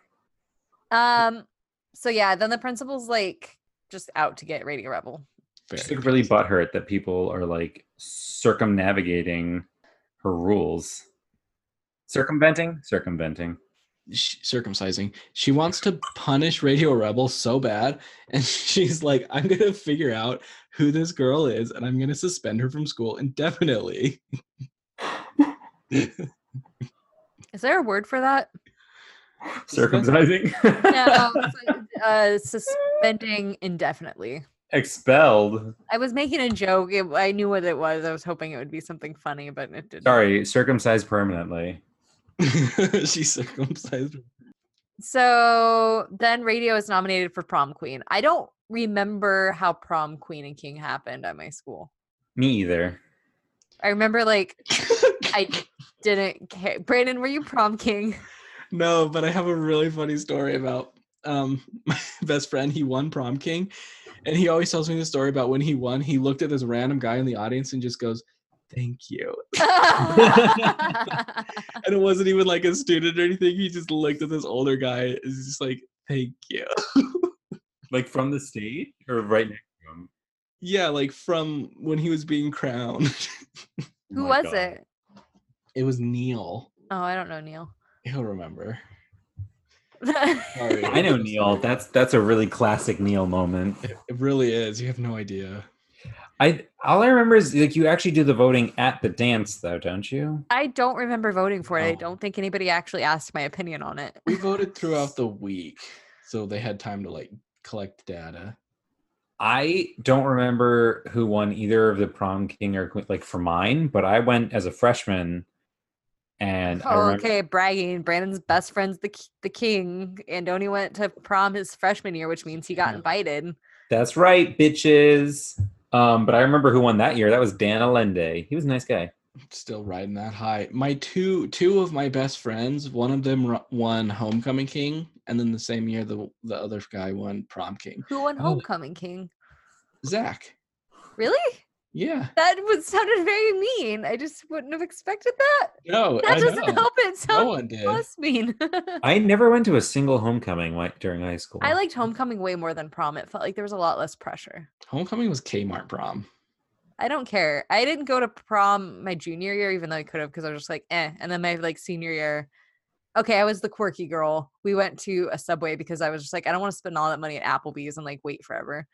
Speaker 3: Um. So yeah, then the principal's like just out to get Radio Rebel.
Speaker 2: She's like really butthurt that people are like circumnavigating her rules. Circumventing? Circumventing.
Speaker 4: sh- circumcising. She wants to punish Radio Rebel so bad, and she's like, "I'm gonna figure out who this girl is, and I'm gonna suspend her from school indefinitely."
Speaker 3: Is there a word for that?
Speaker 2: Circumcising?
Speaker 3: No. it's, uh, suspending indefinitely.
Speaker 2: Expelled.
Speaker 3: I was making a joke. It, I knew what it was. I was hoping it would be something funny, but it didn't.
Speaker 2: Sorry, circumcised permanently.
Speaker 4: she circumcised. her.
Speaker 3: So then Radio is nominated for prom queen. I don't remember how prom queen and king happened at my school.
Speaker 2: Me either.
Speaker 3: I remember like I didn't care. Brandon, were you prom king?
Speaker 4: no, but I have a really funny story about um my best friend. He won prom king, and he always tells me the story about when he won. He looked at this random guy in the audience and just goes, "Thank you."
Speaker 2: Uh.
Speaker 4: and it wasn't even like a student or anything. He just looked at this older guy. and He's just like, "Thank you."
Speaker 2: Like from the state or right next to him?
Speaker 4: Yeah, like from when he was being crowned.
Speaker 3: Who
Speaker 4: Oh
Speaker 2: My
Speaker 3: was
Speaker 2: God.
Speaker 3: it?
Speaker 4: It was Neil.
Speaker 3: Oh, I don't know, Neil.
Speaker 4: He'll remember. Sorry.
Speaker 3: I
Speaker 2: I know Neil. That's that's a really classic Neil moment.
Speaker 4: It, it really is. You have no idea.
Speaker 2: I all I remember is like you actually do the voting at the dance though, don't you?
Speaker 3: don't remember voting for it. I
Speaker 4: Oh.
Speaker 3: don't think anybody actually asked my opinion on it.
Speaker 4: We voted throughout the week, so they had time to like collect data.
Speaker 2: I don't remember who won either of the prom king or queen, like for mine, but I went as a freshman, and I
Speaker 3: Oh,
Speaker 2: remember,
Speaker 3: okay, bragging. Brandon's best friend's the k- the king, and Oni went to prom his freshman year, which means he got
Speaker 4: Yeah.
Speaker 3: invited.
Speaker 2: that's right, bitches. Um, but I remember who won that year. That was Dan Allende. He was a nice guy.
Speaker 4: Still riding that high. My two two of my best friends, one of them ru- won homecoming king, and then the same year the the other guy won prom king.
Speaker 3: Who won
Speaker 2: Oh.
Speaker 3: homecoming king?
Speaker 4: Zach.
Speaker 3: Really?
Speaker 4: Yeah.
Speaker 3: That was sounded very mean. I just wouldn't have expected that.
Speaker 4: No,
Speaker 3: That
Speaker 4: I
Speaker 3: doesn't
Speaker 4: know.
Speaker 3: help it
Speaker 4: No
Speaker 3: sound
Speaker 4: one did.
Speaker 3: less mean.
Speaker 2: I never went to a single homecoming like, during high school.
Speaker 4: Oh.
Speaker 3: I liked homecoming way more than prom. It felt like there was a lot less pressure.
Speaker 4: Homecoming was Kmart prom.
Speaker 3: I don't care. I didn't go to prom my junior year, even though I could have, because I was just like, eh. And then my like senior year, okay, I was the quirky girl. We went to a subway because I was just like, I don't want to spend all that money at Applebee's and like wait forever.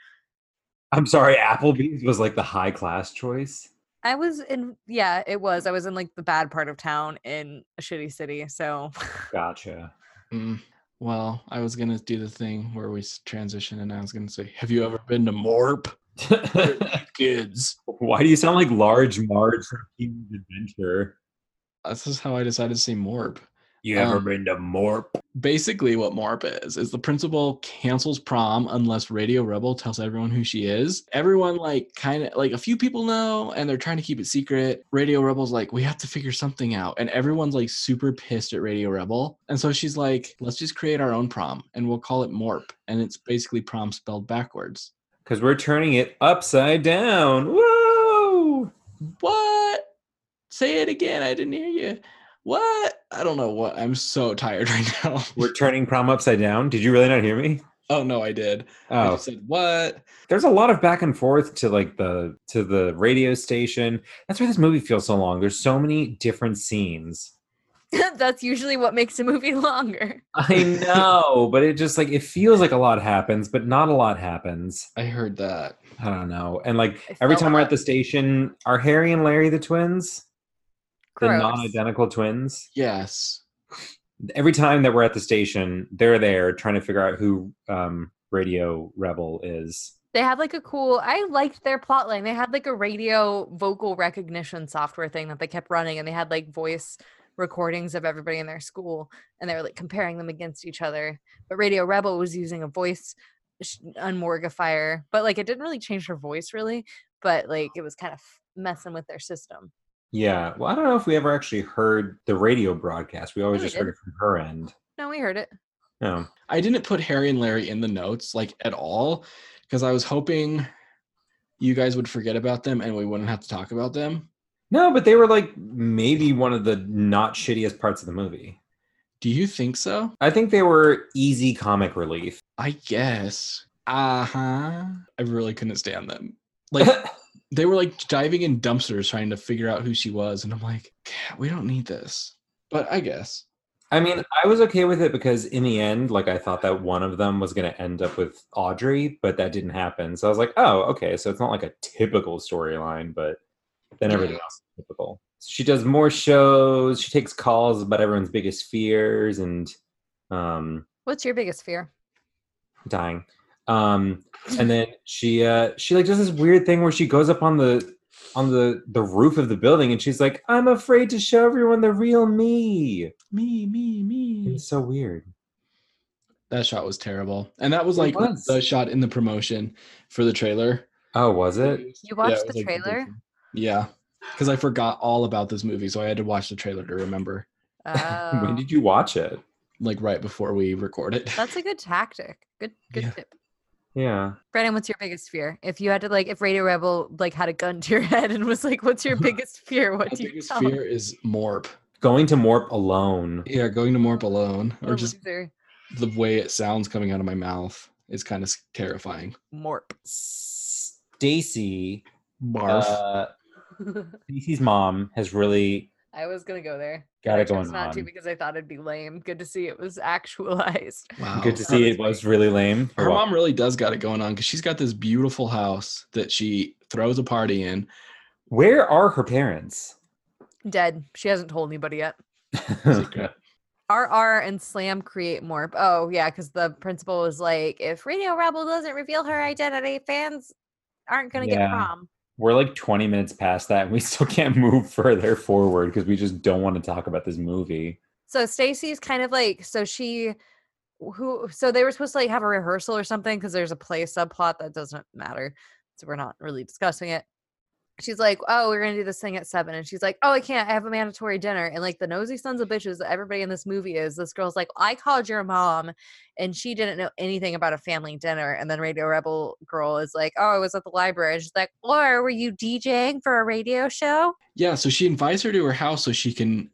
Speaker 2: I'm sorry, Applebee's was like the high class choice.
Speaker 3: I was in, yeah, it was. I was in like the bad part of town in a shitty city. So
Speaker 2: Gotcha.
Speaker 4: Mm. Well, I was gonna do the thing where we s- transition, and I was gonna say, "Have you ever been to Morp, kids?"
Speaker 2: Why do you sound like Large Marge from King's Adventure?
Speaker 4: This is how I decided to say Morp.
Speaker 2: You
Speaker 4: Um,
Speaker 2: been to Morp?
Speaker 4: Basically, what Morp is is the principal cancels prom unless Radio Rebel tells everyone who she is. Everyone like kind of like a few people know, and they're trying to keep it secret. Radio Rebel's like, "We have to figure something out," and everyone's like super pissed at Radio Rebel, and so she's like, "Let's just create our own prom, and we'll call it Morp, and it's basically prom spelled backwards."
Speaker 2: Because we're turning it upside down. Woo!
Speaker 4: What? Say it again. I didn't hear you. What? I don't know what. I'm so tired right now.
Speaker 2: We're turning prom upside down. Did you really not hear me?
Speaker 4: oh no, I did. I
Speaker 2: Oh,
Speaker 4: just said what?
Speaker 2: there's a lot of back and forth to like the to the radio station. That's why this movie feels so long. There's so many different scenes.
Speaker 3: that's usually what makes a movie longer.
Speaker 2: I know, but it just like it feels like a lot happens, but not a lot happens.
Speaker 4: I heard that.
Speaker 2: I don't know. And like
Speaker 3: It's
Speaker 2: every
Speaker 3: so
Speaker 2: time we're at
Speaker 3: hot.
Speaker 2: the station, are Harry and Larry the twins? The
Speaker 3: Gross.
Speaker 2: non-identical twins.
Speaker 4: Yes.
Speaker 2: every time that we're at the station, they're there trying to figure out who um, Radio Rebel is.
Speaker 3: They had like a cool. I liked their plotline. They had like a radio vocal recognition software thing that they kept running, and they had like voice recordings of everybody in their school, and they were like comparing them against each other. But Radio Rebel was using a voice sh- unmorgifier, but like it didn't really change her voice really, but like it was kind of messing with their system.
Speaker 2: Yeah. Well, I don't know if we ever actually heard the radio broadcast. We always
Speaker 3: we
Speaker 2: just heard
Speaker 3: did.
Speaker 2: it from her end.
Speaker 3: No, we heard it.
Speaker 2: No.
Speaker 4: I didn't put Harry and Larry in the notes like at all because I was hoping you guys would forget about them and we wouldn't have to talk about them.
Speaker 2: No, but they were like maybe one of the not shittiest parts of the movie.
Speaker 4: Do you think so?
Speaker 2: I think they were easy comic relief.
Speaker 4: I guess. Uh huh. I really couldn't stand them. Like they were like diving in dumpsters trying to figure out who she was, and I'm like, "God, we don't need this. But I guess
Speaker 2: I mean, I was okay with it because in the end, like I thought that one of them was going to end up with Audrey, but that didn't happen. So I was like, oh, okay. So it's not like a typical storyline, but then everything else is typical. She does more shows. She takes calls about everyone's biggest fears and um,
Speaker 3: What's your biggest fear?
Speaker 2: dying. Um, and then she uh, she like does this weird thing where she goes up on the on the the roof of the building and she's like, I'm afraid to show everyone the real me.
Speaker 4: me, me, me.
Speaker 2: It's so weird.
Speaker 4: That shot was terrible, and that was
Speaker 2: It
Speaker 4: like
Speaker 2: was.
Speaker 4: the shot in the promotion for the trailer.
Speaker 2: Oh, was it?
Speaker 3: You
Speaker 4: Yeah,
Speaker 3: watched
Speaker 4: it was,
Speaker 3: the
Speaker 4: like,
Speaker 3: trailer?
Speaker 4: Yeah, because I forgot all about this movie, so I had to watch the trailer to remember.
Speaker 3: Oh,
Speaker 2: When did you watch it?
Speaker 4: Like right before we recorded.
Speaker 3: that's a good tactic. Good, good
Speaker 4: Yeah.
Speaker 3: tip.
Speaker 2: Yeah.
Speaker 3: Brandon, what's your biggest fear? If you had to like, if Radio Rebel like had a gun to your head and was like, "What's your biggest fear?" What
Speaker 4: My
Speaker 3: do you
Speaker 4: biggest
Speaker 3: tell 'em?
Speaker 4: fear is Morp.
Speaker 2: Going to Morp alone.
Speaker 4: Yeah, going to Morp alone,
Speaker 3: What
Speaker 4: or just
Speaker 3: was their
Speaker 4: the way it sounds coming out of my mouth is kind of terrifying.
Speaker 3: morp?
Speaker 2: Stacy,
Speaker 4: Barf.
Speaker 2: uh, Stacy's mom has really
Speaker 3: I was gonna go there. but
Speaker 2: Got
Speaker 3: I
Speaker 2: it going
Speaker 3: chose not to
Speaker 2: on.
Speaker 3: because I thought it'd be lame. Good to see it was actualized.
Speaker 4: wow.
Speaker 2: good to
Speaker 3: that
Speaker 2: see.
Speaker 3: was
Speaker 2: It was really lame.
Speaker 4: Her mom really does got it going on because she's got this beautiful house that she throws a party in.
Speaker 2: Where are her parents?
Speaker 3: Dead. She hasn't told anybody yet.
Speaker 4: Secret.
Speaker 3: RR and Slam create morp. Oh yeah, because the principal was like, if Radio Rebel doesn't reveal her identity, fans aren't gonna
Speaker 2: Yeah.
Speaker 3: get prom.
Speaker 2: We're like 20 minutes past that and we still can't move further forward because we just don't want to talk about this movie.
Speaker 3: So Stacy's kind of like so she who so they were supposed to like have a rehearsal or something because there's a play subplot that doesn't matter. So we're not really discussing it. She's like, Oh, we're gonna do this thing at seven. And she's like, Oh, I can't, I have a mandatory dinner. And like the nosy sons of bitches that everybody in this movie is, this girl's like, I called your mom and she didn't know anything about a family dinner. And then Radio Rebel girl is like, Oh, I was at the library. And she's like, Or were you DJing for a radio show?
Speaker 4: Yeah, so she invites her to her house so she can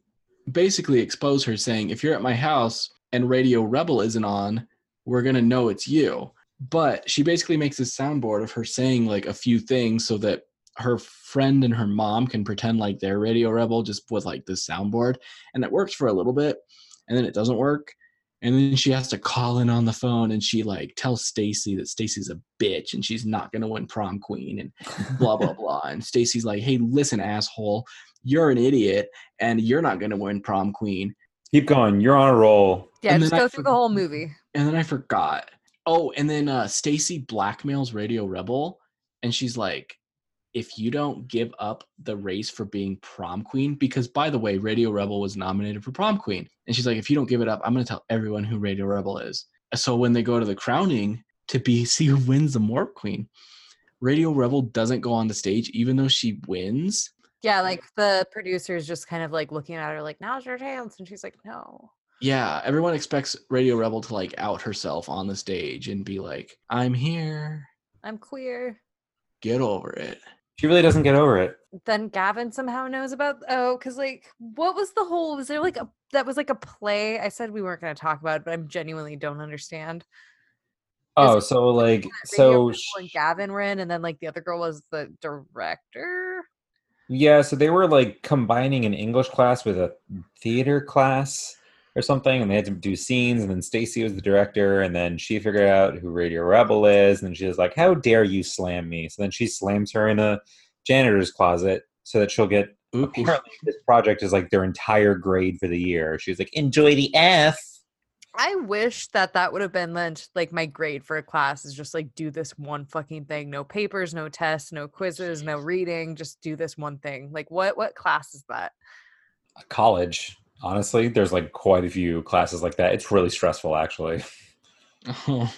Speaker 4: basically expose her, saying, If you're at my house and Radio Rebel isn't on, we're going to know it's you. But she basically makes a soundboard of her saying like a few things so that her friend and her mom can pretend like they're Radio Rebel just with like this soundboard. And it works for a little bit, and then it doesn't work. And then she has to call in on the phone and she like tells Stacy that Stacy's a bitch and she's not gonna win prom queen and blah blah blah. And Stacy's like, "Hey, listen, asshole, you're an idiot, and you're not gonna win prom queen."
Speaker 2: Keep going. You're on a roll.
Speaker 3: Yeah,
Speaker 4: And
Speaker 3: just
Speaker 4: then I
Speaker 3: go through the
Speaker 4: forg-
Speaker 3: whole movie.
Speaker 4: And then I forgot. Oh, and then uh, Stacy blackmails Radio Rebel, and she's like, "If you don't give up the race for being prom queen, because by the way, Radio Rebel was nominated for prom queen," and she's like, "If you don't give it up, I'm gonna tell everyone who Radio Rebel is." So when they go to the crowning to be see who wins the Morp Queen, Radio Rebel doesn't go on the stage, even though she wins.
Speaker 3: Yeah, like the producer's just kind of like looking at her like, now's your chance. And she's like, no.
Speaker 4: Yeah, everyone expects Radio Rebel to like out herself on the stage and be like, "I'm here,
Speaker 3: I'm queer.
Speaker 4: get over it."
Speaker 2: She really doesn't get over it.
Speaker 3: Then Gavin somehow knows about oh, because like what was the whole was there like a that was like a play? I said we weren't gonna talk about it, but I am genuinely don't understand.
Speaker 2: Oh, so like,
Speaker 3: Radio
Speaker 2: so
Speaker 3: Rebel and Gavin were in, and then like the other girl was the director.
Speaker 2: Yeah, so they were like combining an English class with a theater class or something, and they had to do scenes. And then Stacy was the director, and then she figured out who Radio Rebel is, and then she was like, "How dare you slam me?" So then she slams her in a janitor's closet so that she'll get
Speaker 4: Ooh.
Speaker 2: Apparently, this project is like their entire grade for the year. She was like, enjoy the F.
Speaker 3: I wish that that would have been lent, like my grade for a class is just like do this one fucking thing. No papers, no tests, no quizzes, no reading. Just do this one thing. Like what what class is that?
Speaker 2: College, honestly, there's like quite a few classes like that. It's really stressful, actually.
Speaker 4: Oh,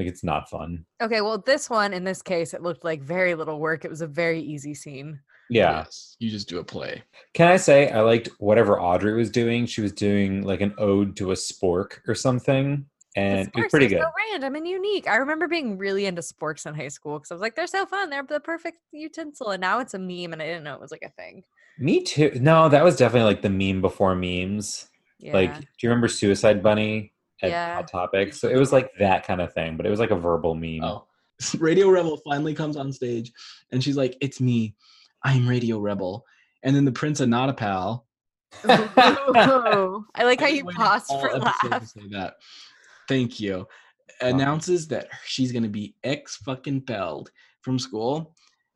Speaker 2: Like, it's not fun.
Speaker 3: Okay, well this one in this case it looked like very little work. It was a very easy scene.
Speaker 2: Yeah.
Speaker 4: yes. You just do a play.
Speaker 2: Can I say I liked whatever Audrey was doing? She was doing like an ode to a spork or something,
Speaker 3: The
Speaker 2: and it was
Speaker 3: sporks
Speaker 2: pretty
Speaker 3: are
Speaker 2: good.
Speaker 3: So random and unique. I remember being really into sporks in high school because I was like, they're so fun. They're the perfect utensil. And now it's a meme, and I didn't know it was like a thing.
Speaker 2: Me too. No, that was definitely like the meme before memes.
Speaker 3: Yeah.
Speaker 2: Like, do you remember Suicide Bunny at
Speaker 3: Yeah.
Speaker 2: Hot Topic? So it was like that kind of thing, but it was like a verbal meme.
Speaker 4: Oh. Radio Rebel finally comes on stage and she's like, It's me. I'm Radio Rebel. And then the Prince of Not a Pal.
Speaker 3: Ooh. I like how
Speaker 4: I've been
Speaker 3: you
Speaker 4: waiting
Speaker 3: paused
Speaker 4: all
Speaker 3: for
Speaker 4: episode to
Speaker 3: laugh.
Speaker 4: say that. Thank you. Announces that she's gonna be ex fucking belled from school.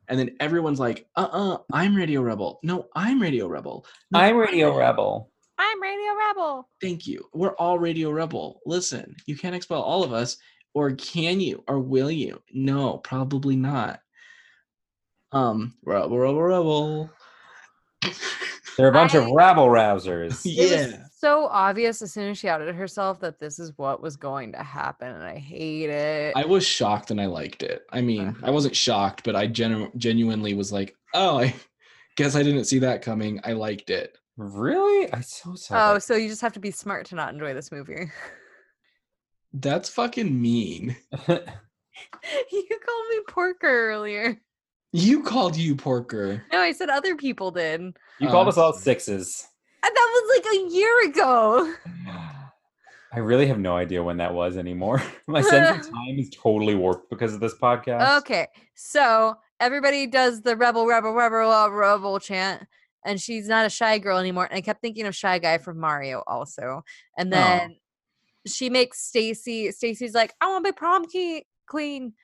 Speaker 4: And then everyone's like, uh uh-uh, uh, i am Radio Rebel. No, I'm Radio Rebel. No,
Speaker 2: I'm Radio Rebel.
Speaker 3: I'm Radio Rebel.
Speaker 4: Thank you. We're all Radio Rebel. Listen, you can't expel all of us, or can you, or will you? No, probably not. Um, Rebel, Rebel, Rebel.
Speaker 2: They're a bunch of
Speaker 3: I-
Speaker 2: rabble rousers.
Speaker 4: yeah.
Speaker 3: It was so obvious as soon as she outed herself that this is what was going to happen, and I hate it.
Speaker 4: I was shocked and I liked it. I mean, I wasn't shocked, but I genu- genuinely was like, oh, I guess I didn't see that coming. I liked it.
Speaker 2: Really? I so
Speaker 3: oh,
Speaker 2: sorry.
Speaker 3: so you just have to be smart to not enjoy this movie.
Speaker 4: That's fucking mean.
Speaker 3: you called me porker earlier.
Speaker 4: You called you porker.
Speaker 3: No, I said other people did. And
Speaker 2: you
Speaker 4: Oh,
Speaker 2: called
Speaker 4: I'm
Speaker 2: us all
Speaker 4: sorry.
Speaker 2: sixes.
Speaker 3: that was like a year ago.
Speaker 2: I really have no idea when that was anymore. My sense of time is totally warped because of this podcast.
Speaker 3: Okay, so everybody does the rebel, rebel, rebel, rebel, rebel chant, and she's not a shy girl anymore. And I kept thinking of shy guy from Mario also. And
Speaker 4: Oh.
Speaker 3: then she makes Stacy. Stacy's like, "I want to be prom key- queen,"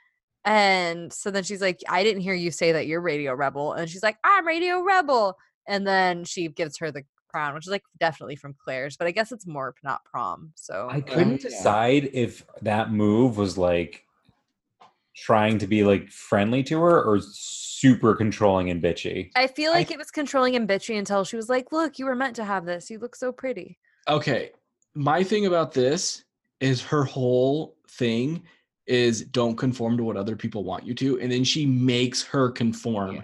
Speaker 3: and so then she's like, "I didn't hear you say that you're radio rebel," and she's like, "I'm radio rebel," and then she gives her the crown, which is like definitely from Claire's, but I guess it's morp, not prom. So
Speaker 2: I couldn't
Speaker 4: yeah.
Speaker 2: decide if that move was like trying to be like friendly to her or super controlling and bitchy.
Speaker 3: I feel
Speaker 4: I-
Speaker 3: like it was controlling and bitchy until she was like, "Look, you were meant to have this. You look so pretty."
Speaker 4: Okay. My thing about this is her whole thing is don't conform to what other people want you to. And then she makes her conform.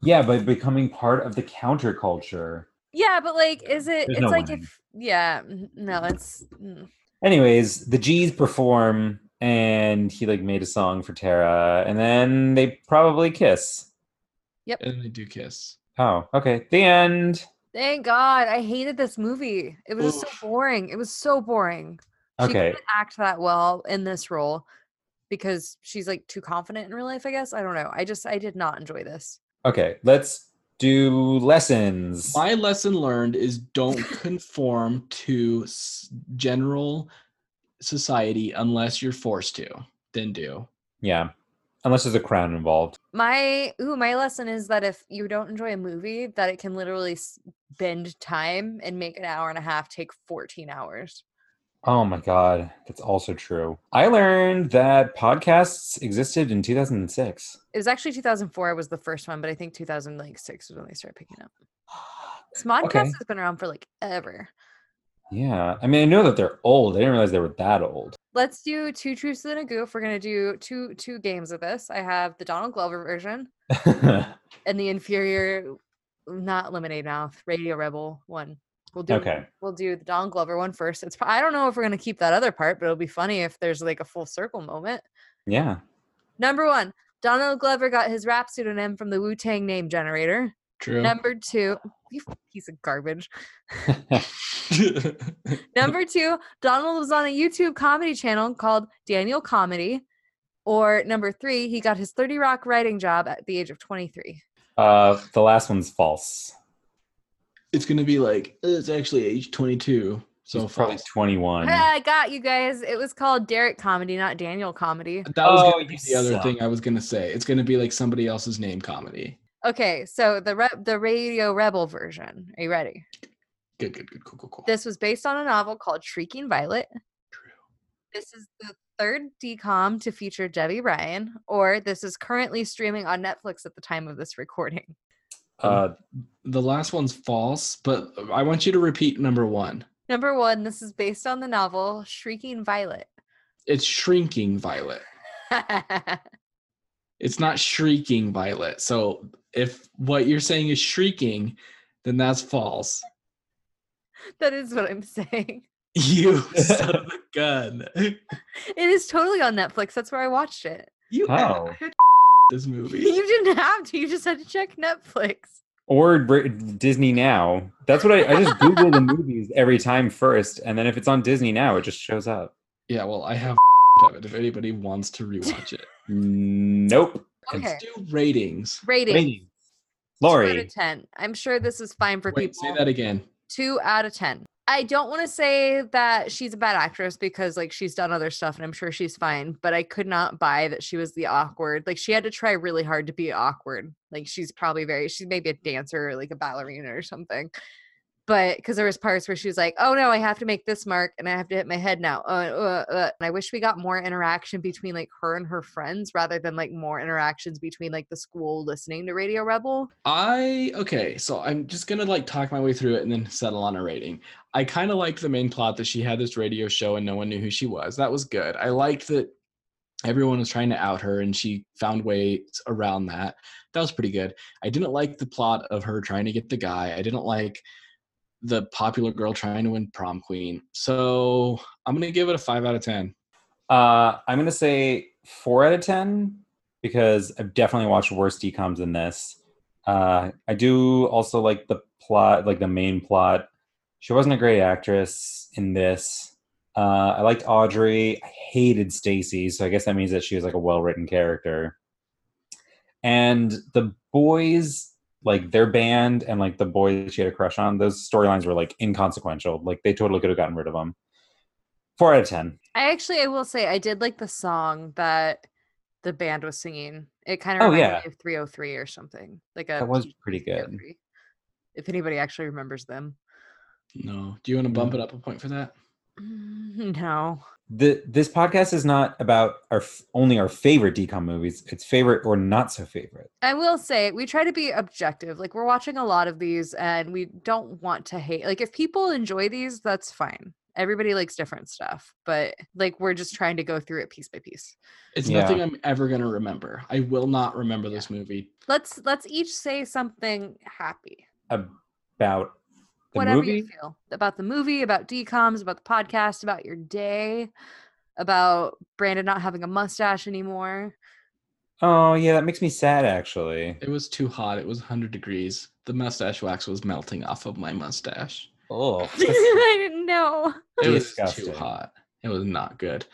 Speaker 2: Yeah, by becoming part of the counterculture.
Speaker 3: Yeah, but like, is it?
Speaker 2: There's
Speaker 3: it's
Speaker 2: no
Speaker 3: like
Speaker 2: winning.
Speaker 3: if yeah, n- no, it's mm.
Speaker 2: Anyways, the G's perform and he like made a song for Tara and then they probably kiss.
Speaker 4: And then they do kiss.
Speaker 2: Oh, okay. The end.
Speaker 3: thank God I hated this movie. It was just
Speaker 4: Oof.
Speaker 3: so boring. It was so boring. She
Speaker 2: Okay.
Speaker 3: couldn't act that well in this role because she's like too confident in real life. I guess I don't know. I just I did not enjoy this.
Speaker 2: Okay. Let's do lessons.
Speaker 4: My lesson learned is don't conform to s- general society unless you're forced to. Then do.
Speaker 2: Yeah. Unless there's a crown involved.
Speaker 3: My ooh, my lesson is that if you don't enjoy a movie, that it can literally s- bend time and make an hour and a half take fourteen hours.
Speaker 2: Oh my God. That's also true. I learned that podcasts existed in 2006.
Speaker 3: It was actually 2004 was the first one, but I think 2006 was when they started picking up. This podcast
Speaker 2: Okay.
Speaker 3: has been around for like ever.
Speaker 2: Yeah. I mean, I know that they're old. I didn't realize they were that old.
Speaker 3: Let's do two truths and a goof. We're gonna do two two games of this. I have the Donald Glover version and the inferior, not lemonade mouth, Radio Rebel one. We'll do
Speaker 2: okay.
Speaker 3: we'll do the Donald Glover one first. It's pro- I don't know if we're gonna keep that other part, but it'll be funny if there's like a full circle moment.
Speaker 2: Yeah.
Speaker 3: Number one, Donald Glover got his rap pseudonym from the Wu Tang name generator.
Speaker 4: True.
Speaker 3: Number two, you piece of garbage. Number two, Donald was on a YouTube comedy channel called Daniel Comedy. Or number three, he got his 30 Rock writing job at the age of 23.
Speaker 2: Uh, the last onene's false.
Speaker 4: it's gonna be like "Uh, it's actually age 22. So
Speaker 2: So probably
Speaker 4: false.
Speaker 2: 21.
Speaker 3: Hey, I got you guys. It was called Derek Comedy, not Daniel Comedy.
Speaker 4: That was
Speaker 2: Oh,
Speaker 4: gonna be
Speaker 2: you
Speaker 4: the other
Speaker 2: suck.
Speaker 4: thing I was gonna say. It's gonna be like somebody else's name comedy.
Speaker 3: Okay, so the re- the Radio Rebel version. Are you ready?
Speaker 4: Good, good, good, cool, cool, cool.
Speaker 3: This was based on a novel called Shrieking Violet.
Speaker 4: True.
Speaker 3: This is the third decom to feature Debbie Ryan, or this is currently streaming on Netflix at the time of this recording.
Speaker 2: Uh,
Speaker 4: the last one's false, but I want you to repeat number one.
Speaker 3: Number one, this is based on the novel Shrieking Violet.
Speaker 4: It's shrinking violet. It's not shrieking violet. So if what you're saying is shrieking, then that's false.
Speaker 3: that is what I'm saying.
Speaker 4: You son of a gun.
Speaker 3: It is totally on Netflix. That's where I watched it.
Speaker 4: You
Speaker 2: How?
Speaker 4: had this movie.
Speaker 3: You didn't have to. You just had to check Netflix.
Speaker 2: or Br- Disney Now. That's what I, I just Google the movies every time first, and then if it's on Disney Now, it just shows up.
Speaker 4: Yeah, well, I have of it if anybody wants to rewatch it.
Speaker 2: Nope.
Speaker 3: Okay.
Speaker 4: Let's do ratings.
Speaker 3: Rating.
Speaker 2: Wait.
Speaker 3: Two out
Speaker 2: Lori,
Speaker 3: of ten. I'm sure this is fine for people.
Speaker 4: Wait, say that again.
Speaker 3: Two out of ten. I don't want to say that she's a bad actress because like she's done other stuff and I'm sure she's fine, but I could not buy that she was the awkward. Like she had to try really hard to be awkward. Like she's probably very she's maybe a dancer or like a ballerina or something. But because there was parts where she was like, "Oh no, I have to make this mark and I have to hit my head now." Uh, uh, uh. And I wish we got more interaction between like her and her friends rather than like more interactions between like the school listening to Radio Rebel.
Speaker 4: I okay, so I'm just gonna like talk my way through it and then settle on a rating. I kind of liked the main plot that she had this radio show and no one knew who she was. That was good. I liked that everyone was trying to out her and she found ways around that. That was pretty good. I didn't like the plot of her trying to get the guy. I didn't like the popular girl trying to win prom queen. So I'm gonna give it a five out of ten.
Speaker 2: uh, I'm gonna say four out of ten because I've definitely watched worse decoms than this. Uh, I do also like the plot, like the main plot. She wasn't a great actress in this. Uh, I liked Audrey. I hated Stacy, so I guess that means that she was like a well-written character. And the boys, like their band, and like the boy that she had a crush on, those storylines were like inconsequential. Like they totally could have gotten rid of them. Four out of ten.
Speaker 3: I actually, I will say, I did like the song that the band was singing. It kind of
Speaker 2: Oh,
Speaker 3: reminded
Speaker 2: yeah.
Speaker 3: me of 303 or something. Like a
Speaker 2: That was
Speaker 3: PG
Speaker 2: pretty good.
Speaker 3: 303, If anybody actually remembers them,
Speaker 4: No. Do you want to bump it up a point for that?
Speaker 3: Mm, no.
Speaker 2: the this podcast is not about our f- only our favorite decom movies it's favorite or not so favorite
Speaker 3: I will say we try to be objective. Like we're watching a lot of these, and we don't want to hate. Like if people enjoy these, that's fine. Everybody likes different stuff, but like we're just trying to go through it piece by piece.
Speaker 4: It's
Speaker 2: Yeah.
Speaker 4: nothing I'm ever gonna remember. I will not remember this movie.
Speaker 3: Let's let's each say something happy.
Speaker 2: about the
Speaker 3: whatever
Speaker 2: movie
Speaker 3: you feel about the movie, about DComs, about the podcast, about your day, about Brandon not having a mustache anymore.
Speaker 2: oh yeah that makes me sad actually
Speaker 4: It was too hot. It was 100 degrees. The mustache wax was melting off of my mustache.
Speaker 2: oh
Speaker 3: I didn't know.
Speaker 4: It was
Speaker 2: Disgusting.
Speaker 4: too hot. It was not good.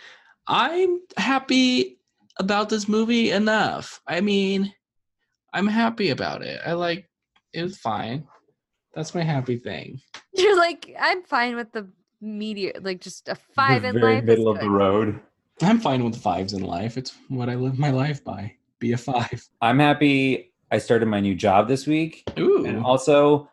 Speaker 4: I'm happy about this movie enough. I mean, I'm happy about it. I like it was fine. That's my happy thing.
Speaker 3: You're like, I'm fine with the media, like just a five
Speaker 2: the
Speaker 3: in
Speaker 2: very
Speaker 3: life. is
Speaker 2: middle of the
Speaker 3: good.
Speaker 2: road
Speaker 4: I'm fine with fives in life. It's what I live my life by. Be a five.
Speaker 2: i'm happy i started my new job this week and
Speaker 4: Ooh.
Speaker 2: also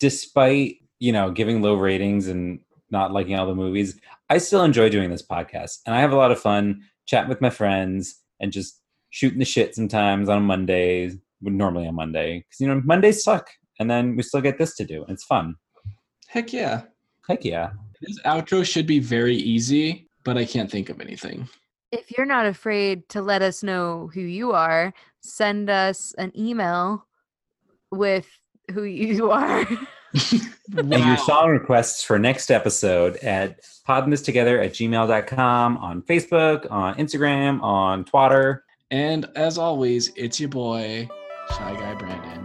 Speaker 2: despite you know giving low ratings and not liking all the movies i still enjoy doing this podcast and i have a lot of fun chatting with my friends and just shooting the shit sometimes on mondays well, normally on monday because you know mondays suck and then we still get this to do and it's fun
Speaker 4: Heck yeah.
Speaker 2: heck yeah
Speaker 4: This outro should be very easy, but I can't think of anything.
Speaker 3: If you're not afraid to let us know who you are, send us an email with who you are.
Speaker 2: and
Speaker 4: Wow.
Speaker 2: your song requests for next episode at podthistogether at gmail.com on facebook on instagram on twitter
Speaker 4: And as always, it's your boy, Shy Guy Brandon.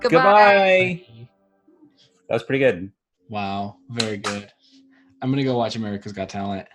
Speaker 3: Goodbye.
Speaker 2: Goodbye. That was pretty good.
Speaker 4: Wow, very good. I'm gonna go watch America's Got Talent.